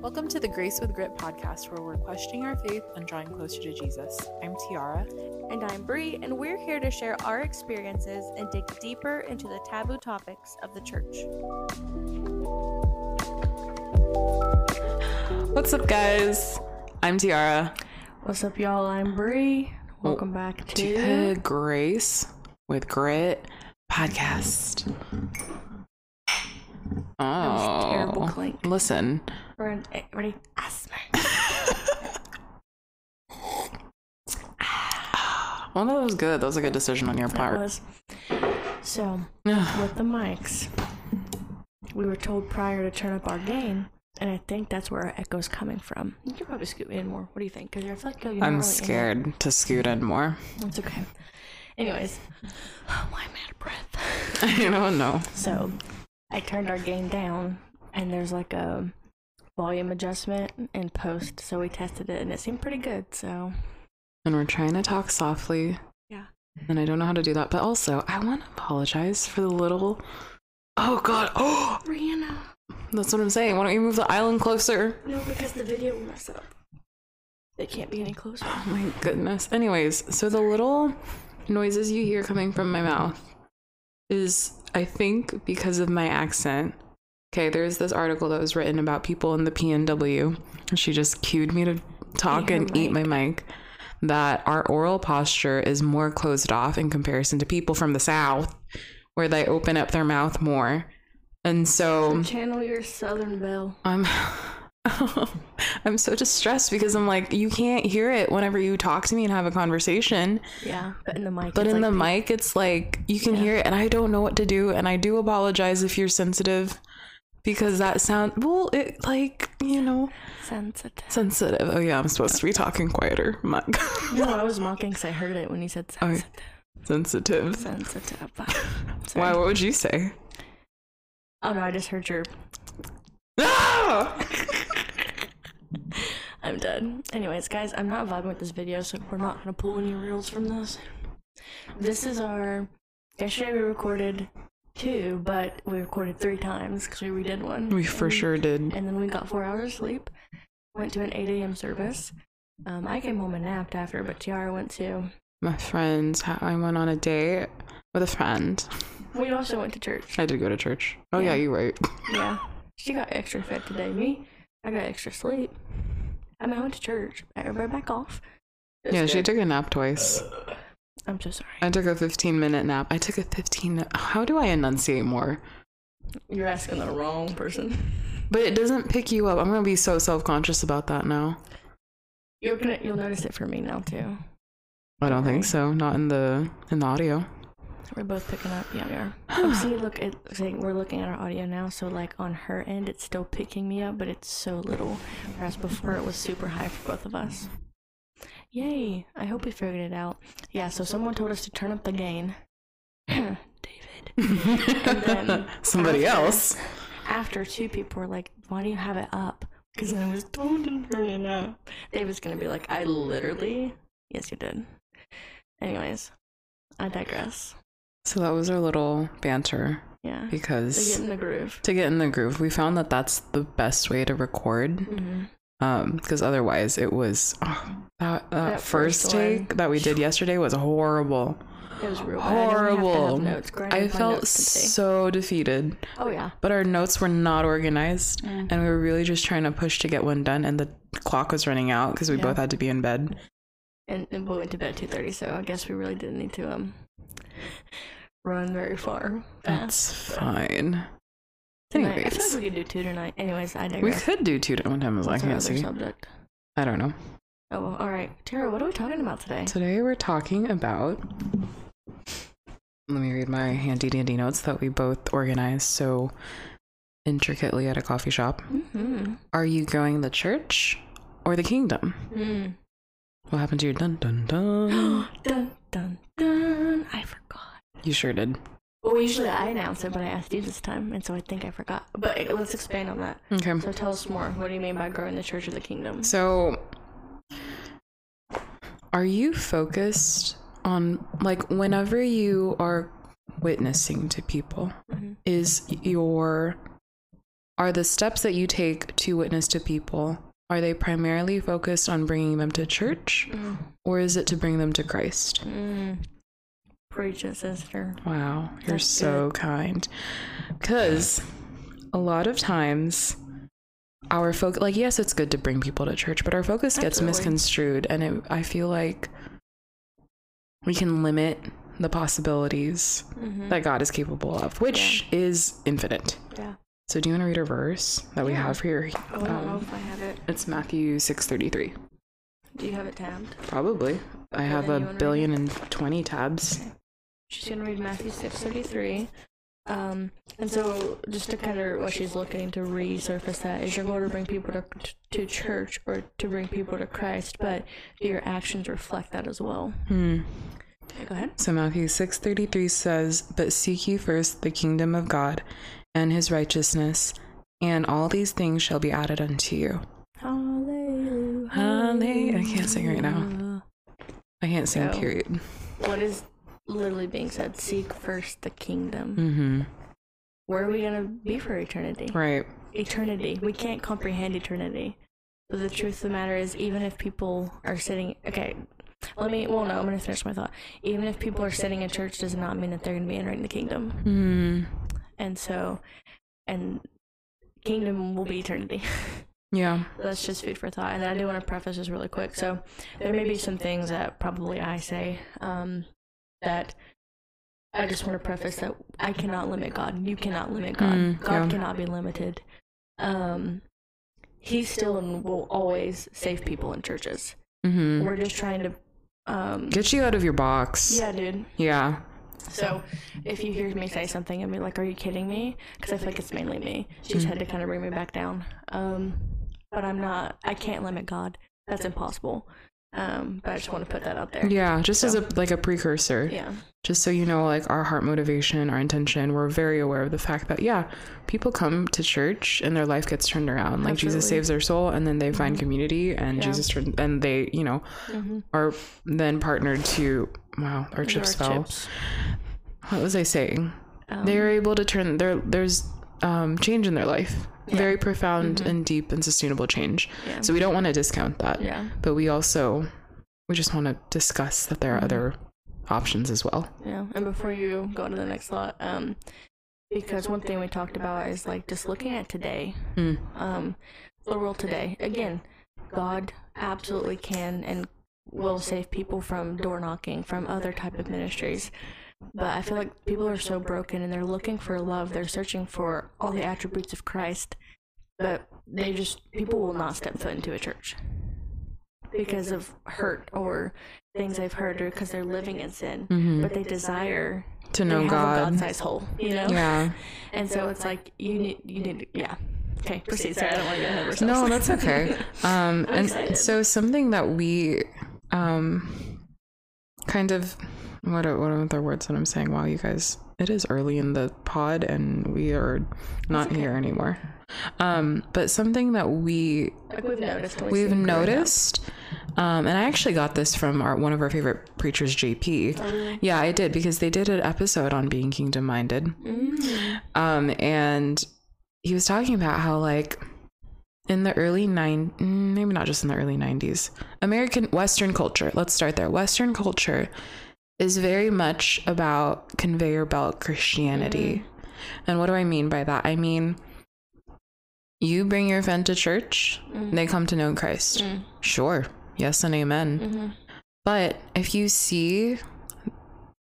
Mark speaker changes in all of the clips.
Speaker 1: Welcome to the Grace with Grit podcast, where we're questioning our faith and drawing closer to Jesus. I'm Tiara.
Speaker 2: And I'm Bree, and we're here to share our experiences and dig deeper into the taboo topics of the church.
Speaker 1: What's up, guys? I'm Tiara.
Speaker 3: What's up, y'all? I'm Bree. Welcome back Oh, to
Speaker 1: The Grace with Grit podcast. Oh,
Speaker 3: was terrible clink.
Speaker 1: Listen,
Speaker 3: We're in- eh, ready.
Speaker 1: well, that was good. That was a good decision on your
Speaker 3: That
Speaker 1: part.
Speaker 3: was so
Speaker 1: Ugh.
Speaker 3: with the mics. We were told prior to turn up our gain, and I think that's where our echo's coming from. You could probably scoot me in more. What do you think? Because I feel like you're not really in
Speaker 1: I'm
Speaker 3: it.
Speaker 1: scared to scoot in more.
Speaker 3: It's okay. Anyways, why am I out of breath?
Speaker 1: I don't know.
Speaker 3: So I turned our gain down, and there's like a volume adjustment in post. So we tested it, and it seemed pretty good. So
Speaker 1: And we're trying to talk softly.
Speaker 3: Yeah.
Speaker 1: And I don't know how to do that. But also, I want to apologize for the little. Oh, God. Oh,
Speaker 3: Rihanna,
Speaker 1: that's what I'm saying. Why don't you move the island closer?
Speaker 3: no, because the video will mess up. It can't be any closer.
Speaker 1: Oh, my goodness. Anyways, so the little noises you hear coming from my mouth is, I think, because of my accent. Okay, there's this article that was written about people in the PNW, and she just cued me to talk
Speaker 3: Eat her
Speaker 1: and eat my mic. That our oral posture is more closed off in comparison to people from the South, where they open up their mouth more. And so
Speaker 3: Channel your southern belle.
Speaker 1: I'm I'm so distressed because I'm like, you can't hear it whenever you talk to me and have a conversation.
Speaker 3: Yeah, but in the mic.
Speaker 1: But
Speaker 3: it's
Speaker 1: in
Speaker 3: like
Speaker 1: the mic, it's like you can hear it, and I don't know what to do. And I do apologize if you're sensitive because that sound, well, it like, you know,
Speaker 3: sensitive.
Speaker 1: sensitive. Oh, yeah, I'm supposed to be talking quieter. My God.
Speaker 3: No, I was mocking because I heard it when you said
Speaker 1: Oh, sensitive.
Speaker 3: sensitive. Sensitive. Sorry.
Speaker 1: Why? What would you say?
Speaker 3: Oh no, I just heard your.
Speaker 1: Ah!
Speaker 3: I'm done. Anyways, guys, I'm not vibing with this video, so we're not gonna pull any reels from this. This is our. Yesterday we recorded two, but we recorded three times because we redid one.
Speaker 1: We for
Speaker 3: And-
Speaker 1: sure did.
Speaker 3: And then we got four hours of sleep. Went to an 8 a.m. service. Um, I came home and napped after, but Tiara went to.
Speaker 1: My friends, I went on a date with a friend.
Speaker 3: We also went to church.
Speaker 1: I did go to church. Oh, yeah,
Speaker 3: Yeah.
Speaker 1: you're right.
Speaker 3: Yeah. She got extra fed today. Me, I got extra sleep. I mean, I went to church. Everybody back off. It was
Speaker 1: Yeah, she
Speaker 3: good.
Speaker 1: took a nap twice.
Speaker 3: I'm so sorry.
Speaker 1: I took a 15 minute nap. I took a 15. mi- How do I enunciate more?
Speaker 3: You're asking the wrong person.
Speaker 1: But it doesn't pick you up. I'm going to be so self conscious about that now.
Speaker 3: You're gonna, you'll notice it for me now too.
Speaker 1: I don't think so. Not in the in the audio.
Speaker 3: We're both picking up. Yeah, we are. Oh, see, look, it, see, we're looking at our audio now. So, like on her end, it's still picking me up, but it's so little. Whereas before, it was super high for both of us. Yay! I hope we figured it out. Yeah. So someone told us to turn up the gain. David. And then
Speaker 1: Somebody
Speaker 3: after-
Speaker 1: else.
Speaker 3: After two people were like, "Why do you have it up?" Because I was told to turn it up. David's gonna be like, "I literally." Yes, you did. Anyways, I digress.
Speaker 1: So that was our little banter
Speaker 3: Yeah. They get
Speaker 1: because
Speaker 3: in the groove.
Speaker 1: to get in the groove, we found that that's the best way to record.
Speaker 3: Mm-hmm.
Speaker 1: Um, because otherwise it was oh, that, that,
Speaker 3: That
Speaker 1: first,
Speaker 3: first
Speaker 1: take
Speaker 3: one.
Speaker 1: that we did yesterday was horrible,
Speaker 3: It was real bad. I didn't have to have
Speaker 1: horrible.
Speaker 3: notes. Granted,
Speaker 1: I
Speaker 3: my
Speaker 1: felt
Speaker 3: notes today.
Speaker 1: so defeated.
Speaker 3: Oh yeah.
Speaker 1: But our notes were not organized,
Speaker 3: Mm.
Speaker 1: and we were really just trying to push to get one done. And the clock was running out because we
Speaker 3: Yeah.
Speaker 1: both had to be in bed.
Speaker 3: And, and we went to bed at two thirty, so I guess we really didn't need to um run very far. fast.
Speaker 1: That's fine.
Speaker 3: Tonight- I feel
Speaker 1: Anyways,
Speaker 3: like we could do two tonight. Anyways, I
Speaker 1: we
Speaker 3: digress.
Speaker 1: could do two to one time as I
Speaker 3: What's our
Speaker 1: can't
Speaker 3: other
Speaker 1: see.
Speaker 3: subject.
Speaker 1: I don't know.
Speaker 3: Oh, well, all right, Tara. What are we talking about today?
Speaker 1: Today we're talking about. Let me read my handy dandy notes that we both organized so intricately at a coffee shop.
Speaker 3: Mm-hmm.
Speaker 1: Are you growing the church or the kingdom?
Speaker 3: Mm.
Speaker 1: What happened to your dun dun dun?
Speaker 3: dun dun dun. I forgot.
Speaker 1: you sure did.
Speaker 3: Well, usually I announce it, but I asked you this time, and so I think I forgot. But uh, let's expand on that.
Speaker 1: Okay.
Speaker 3: So tell us more. What do you mean by growing the Church of the Kingdom?
Speaker 1: So, are you focused on, like, whenever you are witnessing to people,
Speaker 3: Mhm.
Speaker 1: is your Are the steps that you take to witness to people are they primarily focused on bringing them to church
Speaker 3: Mm.
Speaker 1: or is it to bring them to Christ?
Speaker 3: Mm. Preach it, sister.
Speaker 1: Wow, you're
Speaker 3: That's
Speaker 1: so kind. Because a lot of times our focus, like, yes, it's good to bring people to church, but our focus gets
Speaker 3: Absolutely.
Speaker 1: misconstrued. And it, I feel like we can limit the possibilities
Speaker 3: Mm-hmm.
Speaker 1: that God is capable of, which is infinite.
Speaker 3: Yeah.
Speaker 1: So, do you want to read a verse that we
Speaker 3: Yeah.
Speaker 1: have here?
Speaker 3: I don't know
Speaker 1: Um,
Speaker 3: if I have it.
Speaker 1: it's Matthew 6:33.
Speaker 3: Do you have it tabbed?
Speaker 1: Probably. I have
Speaker 3: then
Speaker 1: a
Speaker 3: you wanna read it?
Speaker 1: billion and twenty tabs.
Speaker 3: She's going to read Matthew 6:33. Um, and so, just to kind of what she's looking to resurface that is your goal to bring people to, to church or to bring people to Christ, but do your actions reflect that as well?
Speaker 1: Hmm.
Speaker 3: Okay, go ahead.
Speaker 1: So Matthew 6:33 says, "But seek ye first the kingdom of God and his righteousness, and all these things shall be added unto you."
Speaker 3: Hallelujah.
Speaker 1: Halle- I can't sing right now. I can't sing
Speaker 3: Wow.
Speaker 1: period.
Speaker 3: What is literally being said? Seek first the kingdom.
Speaker 1: Mhm.
Speaker 3: Where are we going to be for eternity?
Speaker 1: Right.
Speaker 3: eternity. We can't comprehend eternity. But the truth of the matter is, even if people are sitting, okay, let me, well, no, I'm going to finish my thought. Even if people are sitting in church, does not mean that they're going to be entering the kingdom.
Speaker 1: Hmm.
Speaker 3: And so, and kingdom will be eternity.
Speaker 1: Yeah.
Speaker 3: That's just food for thought. And I do want to preface this really quick. So there may be some things that probably I say um, that I just want to preface that I cannot limit God. You cannot limit God.
Speaker 1: Mm,
Speaker 3: God
Speaker 1: yeah.
Speaker 3: cannot be limited. Um, he still and will always save people in churches.
Speaker 1: Mhm.
Speaker 3: We're just trying to. Um,
Speaker 1: Get you out of your box.
Speaker 3: yeah, dude.
Speaker 1: Yeah.
Speaker 3: So if you hear me say something and be like, "Are you kidding me?" Because I feel like it's mainly me. She's had to kind of bring me back down. Um, but I'm not. I can't limit God. That's impossible. Um, but I just want to put that out there.
Speaker 1: Yeah, just as a like a precursor.
Speaker 3: Yeah.
Speaker 1: Just so you know like our heart motivation, our intention, we're very aware of the fact that yeah, people come to church and their life gets turned around. Like Jesus
Speaker 3: Absolutely. Mm-hmm.
Speaker 1: saves their soul and then they find community and
Speaker 3: Yeah.
Speaker 1: Jesus turn, and they, you know,
Speaker 3: Mhm.
Speaker 1: are then partnered to wow, our chips
Speaker 3: There are
Speaker 1: fell.
Speaker 3: chips.
Speaker 1: What was I saying?
Speaker 3: Um,
Speaker 1: They're able to turn their there's um change in their life.
Speaker 3: Yeah. Mm-hmm.
Speaker 1: Very profound and deep and sustainable change.
Speaker 3: Yeah.
Speaker 1: So we don't want to discount that
Speaker 3: Yeah.
Speaker 1: but we also we just want to discuss that
Speaker 3: Mm-hmm.
Speaker 1: there are other options as well.
Speaker 3: Yeah. And before you go to the next thought, um, because one thing we talked about is like just looking at today,
Speaker 1: Mm.
Speaker 3: um, the world today. Again, God absolutely can and will save people from door knocking, from other type of ministries. But I feel like people are so broken and they're looking for love. They're searching for all the attributes of Christ, but they just people will not step foot into a church because of hurt or things they've heard or because they're living in sin. But they desire
Speaker 1: To know
Speaker 3: they have a
Speaker 1: God,
Speaker 3: God-sized hole, you know.
Speaker 1: yeah.
Speaker 3: And so it's like you need, you need, to, yeah. Okay, proceed. Sorry, I don't want to get ahead of
Speaker 1: No,
Speaker 3: ourselves.
Speaker 1: that's okay. Um, and
Speaker 3: excited.
Speaker 1: so something that we um, kind of what are, what are the words that I'm saying? Wow, you guys, it is early in the pod and we are not here anymore. Um, but something that we
Speaker 3: Like we've noticed. when
Speaker 1: we've
Speaker 3: see them growing up.
Speaker 1: noticed um, and i actually got this from our, one of our favorite preachers jp
Speaker 3: Oh,
Speaker 1: yeah i did because they did an episode on being kingdom minded
Speaker 3: Mm-hmm.
Speaker 1: um, and he was talking about how like in the early nine mm, maybe not just in the early 90s american western culture let's start there western culture is very much about conveyor belt christianity and what do i mean by that i mean you bring your friend to church they come to know christ
Speaker 3: Mm.
Speaker 1: sure yes and amen
Speaker 3: Mhm.
Speaker 1: but if you see,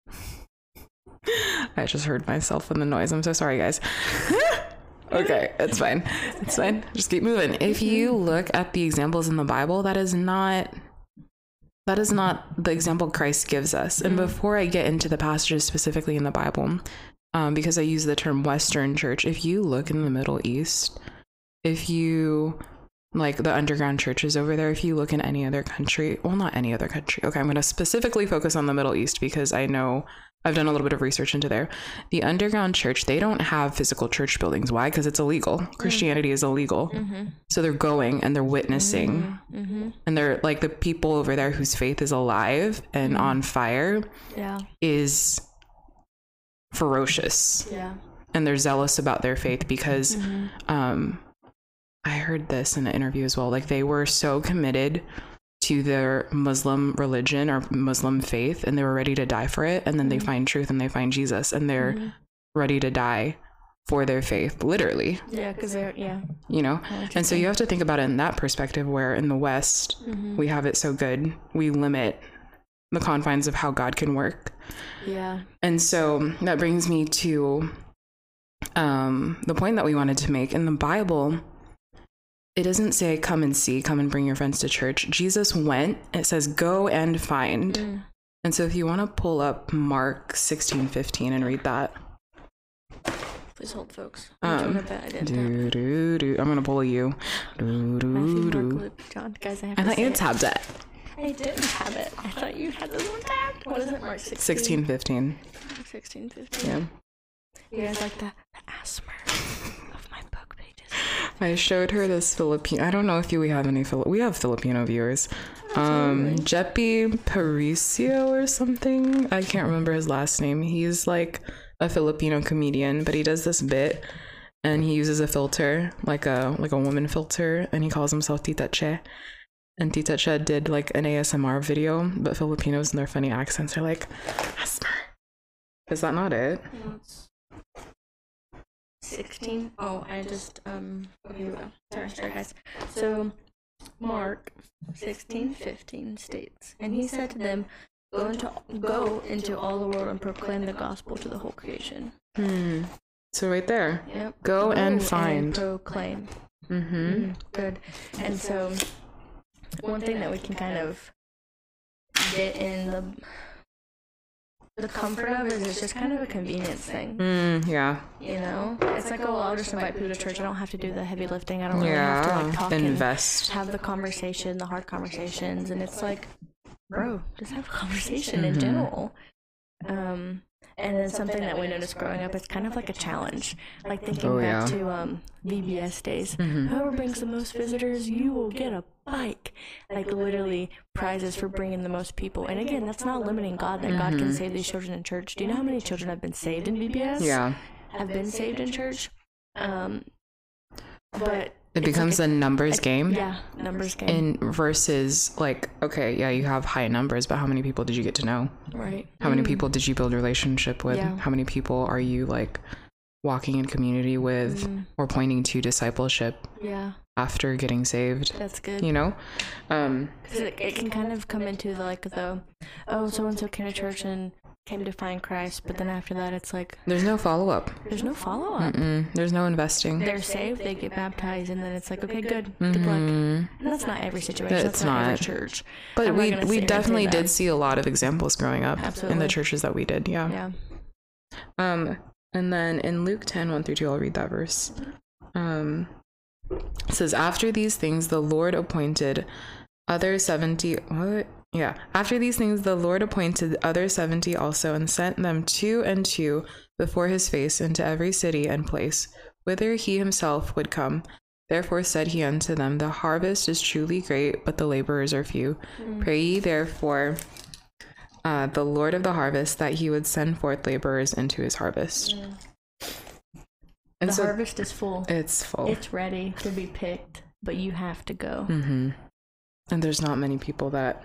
Speaker 1: I just heard myself in the noise. I'm so sorry, guys. okay, it's fine. It's fine. Just keep moving. If you look at the examples in the Bible, that is not. That is not the example Christ gives us. And before I get into the passages specifically in the Bible, um, because I use the term Western church, if you look in the Middle East, if you like the underground churches over there, if you look in any other country, well, not any other country. Okay, I'm going to specifically focus on the Middle East because I know I've done a little bit of research into there. The underground church, they don't have physical church buildings. Why? Because it's illegal. Christianity is illegal. So they're going and they're witnessing.
Speaker 3: Mm-hmm.
Speaker 1: And they're like the people over there whose faith is alive and on fire
Speaker 3: Yeah.
Speaker 1: is ferocious
Speaker 3: Yeah. Mm-hmm.
Speaker 1: and they're zealous about their faith because um I heard this in an interview as well. Like they were so committed to their Muslim religion or Muslim faith and they were ready to die for it and then they find truth and they find Jesus and they're ready to die for their faith literally,
Speaker 3: Yeah, because they're yeah.
Speaker 1: you know. And so you have to think about it in that perspective where in the West
Speaker 3: Mm-hmm.
Speaker 1: we have it so good, we limit the confines of how God can work.
Speaker 3: yeah.
Speaker 1: And so that brings me to um, the point that we wanted to make. In the Bible, it doesn't say, come and see, come and bring your friends to church. Jesus went, it says, go and find.
Speaker 3: Mm.
Speaker 1: And so if you want to pull up Mark sixteen fifteen and read that,
Speaker 3: Please hold, folks. I'm
Speaker 1: Um,
Speaker 3: joking with that. I did that.
Speaker 1: do, do, do. I'm going to pull you. Do,
Speaker 3: Matthew,
Speaker 1: do,
Speaker 3: Mark,
Speaker 1: do.
Speaker 3: Luke, John, guys, I have
Speaker 1: I
Speaker 3: to
Speaker 1: thought
Speaker 3: say
Speaker 1: you had
Speaker 3: it.
Speaker 1: tabbed it.
Speaker 3: I didn't have it. I thought you had this one tagged. What is it, Mark? 16?
Speaker 1: 16, 15.
Speaker 3: 16, 15.
Speaker 1: Yeah.
Speaker 3: You guys like the, the asthma of my book pages.
Speaker 1: I showed her this Filipino. I don't know if you we have any Fili- we have Filipino viewers. Um, Jeppy Paricio or something. I can't remember his last name. He's like a Filipino comedian, but he does this bit, and he uses a filter like a like a woman filter, and he calls himself Tita Che. And Tita Che did like an ASMR video, but Filipinos and their funny accents are like, "Asmer." Is that not it?
Speaker 3: No, it's 16. Oh, I just, um, okay, here we go. Sorry, sorry, guys. So, Mark 16, 15 states, And he said to them, Go into, go into all the world and proclaim the gospel to the whole creation.
Speaker 1: Hmm. So right there.
Speaker 3: Yep.
Speaker 1: Go and find.
Speaker 3: proclaim.
Speaker 1: Mm-hmm.
Speaker 3: Good. And so, one thing that we can kind of get in the the comfort of is it's just kind of a convenience thing.
Speaker 1: Mm, yeah.
Speaker 3: You know, it's like, oh, I'll just invite people to church. I don't have to do the heavy lifting. I don't really have to like
Speaker 1: Yeah.
Speaker 3: talk
Speaker 1: Invest.
Speaker 3: and have the conversation, the hard conversations. And it's like, bro, just have a conversation
Speaker 1: Mm-hmm.
Speaker 3: in general. Um, and then something that we noticed growing up, it's kind of like a challenge. Like thinking
Speaker 1: Oh,
Speaker 3: back
Speaker 1: yeah. Mm-hmm.
Speaker 3: to um, VBS days, whoever brings the most visitors, you will get a bike. Like literally prizes for bringing the most people. And again, that's not limiting God that God
Speaker 1: Mm-hmm.
Speaker 3: can save these children in church. Do you know how many children have been saved in VBS?
Speaker 1: Yeah.
Speaker 3: have been saved in church. Um, but
Speaker 1: It becomes a numbers game.
Speaker 3: yeah, numbers game,
Speaker 1: And versus like, okay, yeah, you have high numbers, but how many people did you get to know?
Speaker 3: right?
Speaker 1: How many people did you build relationship with?
Speaker 3: Mm. Yeah.
Speaker 1: How many people are you like walking in community with
Speaker 3: Mm.
Speaker 1: or pointing to discipleship
Speaker 3: Yeah,
Speaker 1: after getting saved?
Speaker 3: that's good.
Speaker 1: You know? Um
Speaker 3: 'Cause it, it can kind of come into the, like the, oh, so and so came to church and came to find Christ, but then after that, it's like
Speaker 1: there's no follow up.
Speaker 3: there's no follow up.
Speaker 1: Mm, there's no investing.
Speaker 3: They're saved, they get baptized, and then it's like, okay, good, good luck. And that's not every situation.
Speaker 1: Mm-hmm. It's
Speaker 3: That's, not, every
Speaker 1: not.
Speaker 3: church.
Speaker 1: Mm. But
Speaker 3: I'm not
Speaker 1: we
Speaker 3: gonna sit
Speaker 1: we
Speaker 3: here and say
Speaker 1: definitely
Speaker 3: that.
Speaker 1: did see a lot of examples growing up in
Speaker 3: Absolutely.
Speaker 1: the churches that we did.
Speaker 3: Yeah.
Speaker 1: Um, and then in Luke 10, 1 through 2, I'll read that verse. Um, it says, After these things, the Lord appointed other 70. What? Yeah. After these things, the Lord appointed other 70 also and sent them two and two before his face into every city and place whither he himself would come. Therefore said he unto them, The harvest is truly great, but the laborers are few. Pray ye therefore uh, the Lord of the harvest that he would send forth laborers into his harvest. And
Speaker 3: The
Speaker 1: so
Speaker 3: harvest is full.
Speaker 1: it's full.
Speaker 3: It's ready to be picked, but you have to go.
Speaker 1: hmm And there's not many people that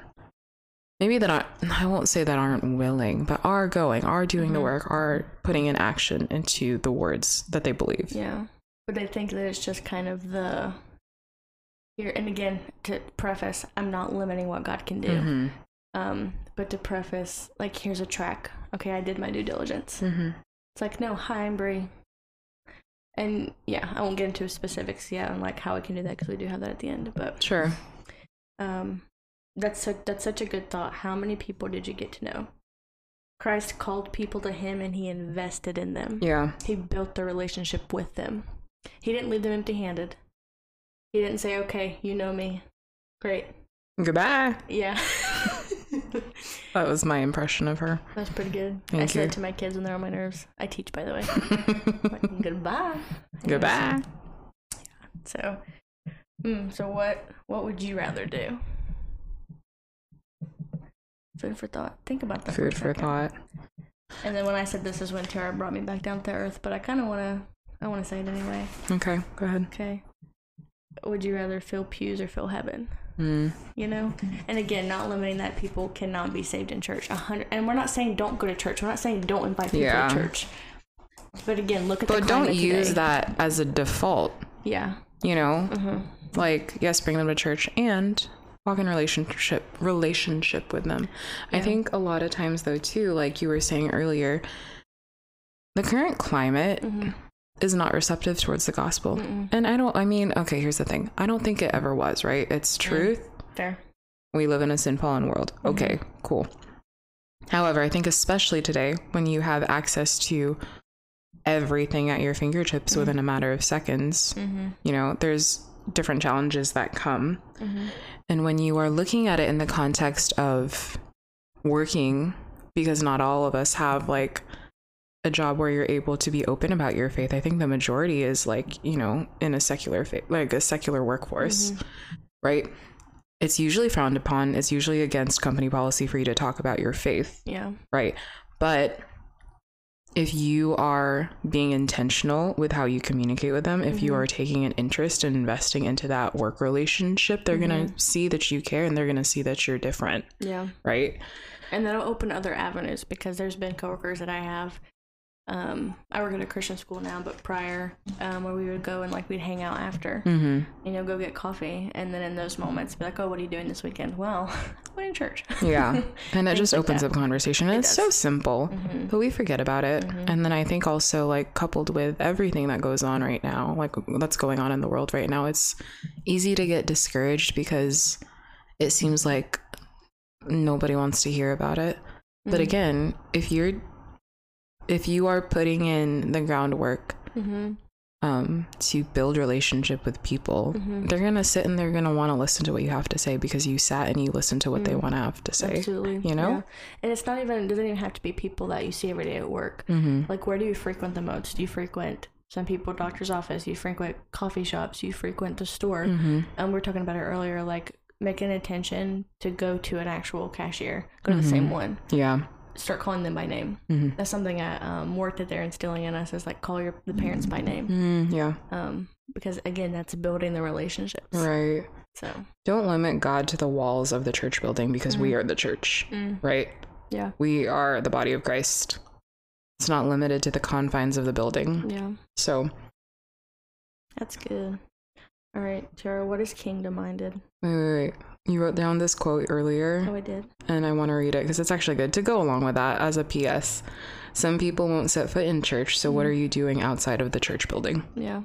Speaker 1: maybe that are, I won't say that aren't willing, but are going, are doing
Speaker 3: Mm-hmm.
Speaker 1: the work, are putting in action into the words that they believe.
Speaker 3: Yeah. But I think that it's just kind of the here and again to preface, I'm not limiting what God can do.
Speaker 1: Mhm.
Speaker 3: Um, but to preface, like here's a track. Okay, I did my due diligence.
Speaker 1: Mhm.
Speaker 3: It's like, no, hi, I'm Brie. And yeah, I won't get into specifics yet on like how I can do that because we do have that at the end. But
Speaker 1: Sure.
Speaker 3: um, that's su- that's such a good thought. How many people did you get to know? Christ called people to Him, and He invested in them.
Speaker 1: Yeah.
Speaker 3: He built the relationship with them. He didn't leave them empty handed. He didn't say, okay, you know me. Great.
Speaker 1: Goodbye.
Speaker 3: Yeah.
Speaker 1: That was my impression of her.
Speaker 3: That's pretty good. I
Speaker 1: Thank
Speaker 3: say
Speaker 1: you.
Speaker 3: it to my kids when they're on my nerves. I teach, by the way. Like, Goodbye.
Speaker 1: Goodbye.
Speaker 3: So, mm, so what? What would you rather do? Food for thought. Think about that.
Speaker 1: Food
Speaker 3: a
Speaker 1: for
Speaker 3: second.
Speaker 1: thought.
Speaker 3: And then when I said this is when terror brought me back down to earth, but I kind of want to, I want to say it anyway.
Speaker 1: Okay, go ahead.
Speaker 3: Okay. Would you rather fill pews or fill heaven?
Speaker 1: Mm.
Speaker 3: You know, and again, not limiting that people cannot be saved in church. A hundred, and we're not saying don't go to church. We're not saying don't invite people
Speaker 1: Yeah.
Speaker 3: to church. But again, look at the
Speaker 1: But don't
Speaker 3: climate
Speaker 1: use
Speaker 3: today.
Speaker 1: that as a default,
Speaker 3: Yeah,
Speaker 1: you know? Like, yes, bring them to church and walk in relationship relationship with them. I think a lot of times though too, like you were saying earlier, the current climate is not receptive towards the gospel. And I don't I mean, okay, here's the thing. I don't think it ever was, right? It's truth.
Speaker 3: fair.
Speaker 1: We live in a sin fallen world. Okay, cool. However, I think especially today when you have access to everything at your fingertips within a matter of seconds, you know, there's different challenges that come. And when you are looking at it in the context of working, because not all of us have like a job where you're able to be open about your faith. I think the majority is like, you know, in a secular fa- like a secular workforce, right? It's usually frowned upon. It's usually against company policy for you to talk about your faith,
Speaker 3: Yeah,
Speaker 1: right? But if you are being intentional with how you communicate with them, if you are taking an interest and investing into that work relationship, they're going to see that you care and they're going to see that you're different,
Speaker 3: yeah.
Speaker 1: right?
Speaker 3: and that'll open other avenues because there's been coworkers that I have. Um, I work at a Christian school now, but prior, um, where we would go and like we'd hang out after,
Speaker 1: Mhm.
Speaker 3: you know, go get coffee, and then in those moments, be like, "Oh, what are you doing this weekend?" Well, I went to church.
Speaker 1: Yeah. And it just
Speaker 3: like
Speaker 1: opens
Speaker 3: that. Mm-hmm.
Speaker 1: up conversation. And it's so simple, but we forget about it. And then I think also, like, coupled with everything that goes on right now, like that's going on in the world right now, it's easy to get discouraged because it seems like nobody wants to hear about it.
Speaker 3: Mm-hmm.
Speaker 1: But again, if you're if you are putting in the groundwork
Speaker 3: hmm
Speaker 1: um, to build relationship with people,
Speaker 3: Mm-hmm.
Speaker 1: they're gonna sit and they're gonna want to listen to what you have to say because you sat and you listened to what
Speaker 3: Mm-hmm.
Speaker 1: they want to have to say.
Speaker 3: Absolutely,
Speaker 1: you know?
Speaker 3: Yeah. and it's not even it doesn't even have to be people that you see every day at work.
Speaker 1: Mm-hmm.
Speaker 3: Like, where do you frequent the most? Do you frequent some people doctor's office? You frequent coffee shops? You frequent the store?
Speaker 1: Mm-hmm.
Speaker 3: And we were talking about it earlier, like make an intention to go to an actual cashier, go to the
Speaker 1: Mm-hmm.
Speaker 3: same one,
Speaker 1: Yeah.
Speaker 3: start calling them by name.
Speaker 1: Mm-hmm.
Speaker 3: That's something I um, worked that they're instilling in us is like call your the parents by name,
Speaker 1: Mm, yeah.
Speaker 3: um, because again, that's building the relationships.
Speaker 1: Right.
Speaker 3: So
Speaker 1: Don't limit God to the walls of the church building because we
Speaker 3: Mm.
Speaker 1: are the church, right?
Speaker 3: yeah,
Speaker 1: We are the body of Christ. It's not limited to the confines of the building.
Speaker 3: yeah,
Speaker 1: So
Speaker 3: that's good. All right, Tara, what is kingdom minded?
Speaker 1: wait, wait, wait. You wrote down this quote earlier.
Speaker 3: Oh, I did.
Speaker 1: and I want to read it because it's actually good to go along with that as a PS. Some people won't set foot in church, so what
Speaker 3: Mm.
Speaker 1: are you doing outside of the church building?
Speaker 3: Yeah,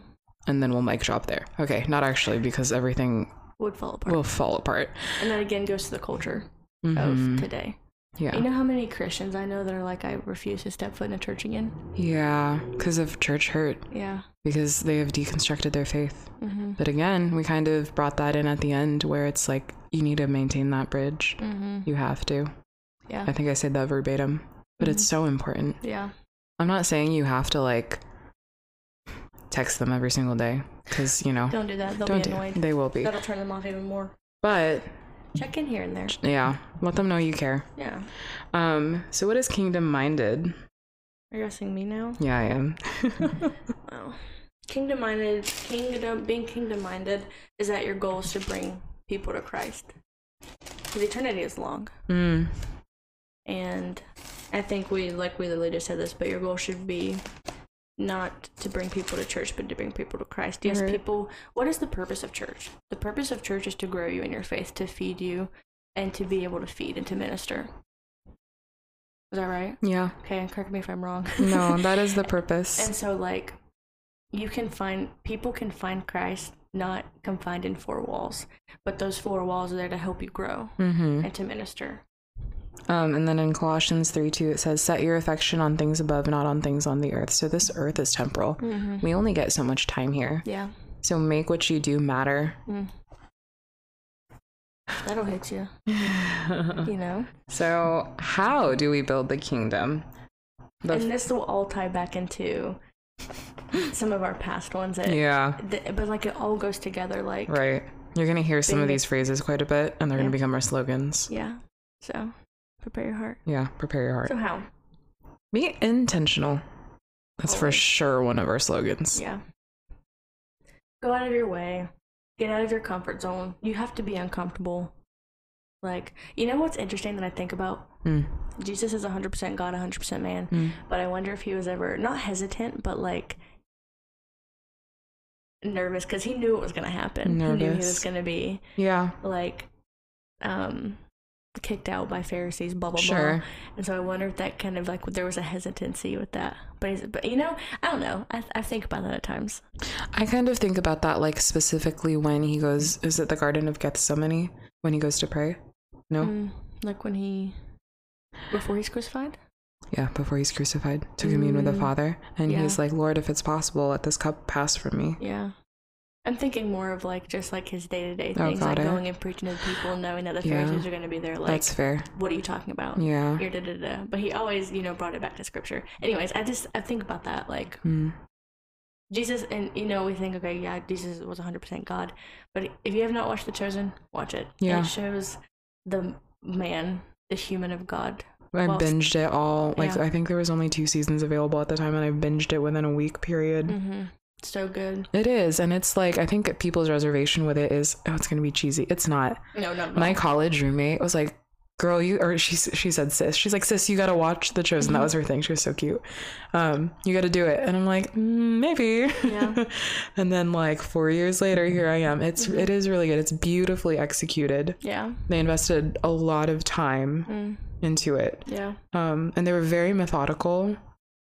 Speaker 1: And then we'll mic drop there. Okay, not actually because everything
Speaker 3: would fall apart.
Speaker 1: will fall apart.
Speaker 3: and that again goes to the culture
Speaker 1: Mhm.
Speaker 3: of today.
Speaker 1: Yeah.
Speaker 3: You know how many Christians I know that are like, I refuse to step foot in a church again.
Speaker 1: yeah, because of church hurt,
Speaker 3: Yeah.
Speaker 1: because they have deconstructed their faith.
Speaker 3: Mm-hmm.
Speaker 1: But again, we kind of brought that in at the end where it's like you need to maintain that bridge.
Speaker 3: Mm-hmm.
Speaker 1: You have to.
Speaker 3: Yeah.
Speaker 1: I think I said that verbatim, but
Speaker 3: Mhm.
Speaker 1: it's so important.
Speaker 3: Yeah.
Speaker 1: I'm not saying you have to like text them every single day because you know
Speaker 3: Don't do that. They'll
Speaker 1: don't
Speaker 3: be
Speaker 1: do
Speaker 3: annoyed.
Speaker 1: they will be.
Speaker 3: That'll turn them off even more.
Speaker 1: But
Speaker 3: Check in here and there.
Speaker 1: yeah, let them know you care.
Speaker 3: Yeah.
Speaker 1: Um, so what is kingdom minded?
Speaker 3: Are you asking me now?
Speaker 1: Yeah, I am.
Speaker 3: Oh. Kingdom minded, kingdom, being kingdom minded is that your goal is to bring people to Christ. Because eternity is long.
Speaker 1: Mm,
Speaker 3: And I think we, like we literally just said this, but your goal should be not to bring people to church, but to bring people to Christ. Yes,
Speaker 1: Right.
Speaker 3: people. What is the purpose of church? The purpose of church is to grow you in your faith, to feed you, and to be able to feed and to minister. Is that right?
Speaker 1: yeah.
Speaker 3: Okay, correct me if I'm wrong.
Speaker 1: No, that is the purpose.
Speaker 3: and so, like, you can find people can find Christ not confined in four walls, but those four walls are there to help you grow
Speaker 1: Mm-hmm.
Speaker 3: and to minister.
Speaker 1: Um, and then in Colossians 3 2, it says, Set your affection on things above, not on things on the earth. So this earth is temporal. We only get so much time here.
Speaker 3: Mm-hmm. Yeah,
Speaker 1: So make what you do matter.
Speaker 3: Mm. that'll hit you. you know.
Speaker 1: So, how do we build the kingdom? The
Speaker 3: and this will all tie back into some of our past ones that,
Speaker 1: Yeah,
Speaker 3: that- but like it all goes together like
Speaker 1: right. You're going to hear some of these phrases quite a bit, and they're going
Speaker 3: Yeah.
Speaker 1: to become our slogans.
Speaker 3: yeah so prepare your heart
Speaker 1: Yeah, prepare your heart.
Speaker 3: so how
Speaker 1: Be intentional. That's for
Speaker 3: Always.
Speaker 1: sure one of our slogans.
Speaker 3: Yeah. Go out of your way. Get out of your comfort zone. You have to be uncomfortable. Like, you know what's interesting that I think about?
Speaker 1: Mm.
Speaker 3: Jesus is 100% God, 100% man.
Speaker 1: Mm.
Speaker 3: But I wonder if he was ever, not hesitant, but like nervous because he knew it was going to happen. He knew he was
Speaker 1: Nervous.
Speaker 3: going to be
Speaker 1: Yeah.
Speaker 3: like um kicked out by Pharisees, blah blah
Speaker 1: Sure.
Speaker 3: blah. And so I wonder if that kind of like there was a hesitancy with that. But is, but you know, I don't know. I I think about that at times.
Speaker 1: I kind of think about that like specifically when he goes is it the Garden of Gethsemane when he goes to pray? No?
Speaker 3: Mm, like when he before he's crucified.
Speaker 1: Yeah, before he's crucified to commune with the
Speaker 3: Mm.
Speaker 1: Father. And
Speaker 3: Yeah.
Speaker 1: he's like, Lord, if it's possible, let this cup pass from me.
Speaker 3: Yeah. I'm thinking more of like just like his day to day
Speaker 1: Oh,
Speaker 3: things, like
Speaker 1: got it.
Speaker 3: going and preaching to the people, knowing that the
Speaker 1: Yeah.
Speaker 3: Pharisees are going to be there. Like,
Speaker 1: That's fair.
Speaker 3: what are you talking about?
Speaker 1: Yeah.
Speaker 3: You're da, da, da. But he always, you know, brought it back to scripture. Anyways, I just I think about that like
Speaker 1: Mm.
Speaker 3: Jesus, and you know, we think, okay, yeah, Jesus was 100% God. But if you have not watched The Chosen, watch it.
Speaker 1: Yeah.
Speaker 3: It shows the man, the human of God.
Speaker 1: I
Speaker 3: Well,
Speaker 1: binged it all. Like
Speaker 3: yeah.
Speaker 1: I think there was only two seasons available at the time and I binged it within a week period.
Speaker 3: Mm-hmm. So good.
Speaker 1: It is, and it's like I think people's reservation with it is, oh, it's gonna be cheesy. It's not.
Speaker 3: No, no, no.
Speaker 1: My college roommate was like, "Girl, you," or she she said, "Sis," she's like, "Sis, you gotta watch The Chosen." That was her thing. She was so cute. Um, you gotta do it, and I'm like, mm, maybe.
Speaker 3: Yeah.
Speaker 1: and then like four years later, here I am. It's it is really good. It's beautifully executed.
Speaker 3: yeah.
Speaker 1: They invested a lot of time
Speaker 3: Mm,
Speaker 1: into it,
Speaker 3: yeah.
Speaker 1: um, and they were very methodical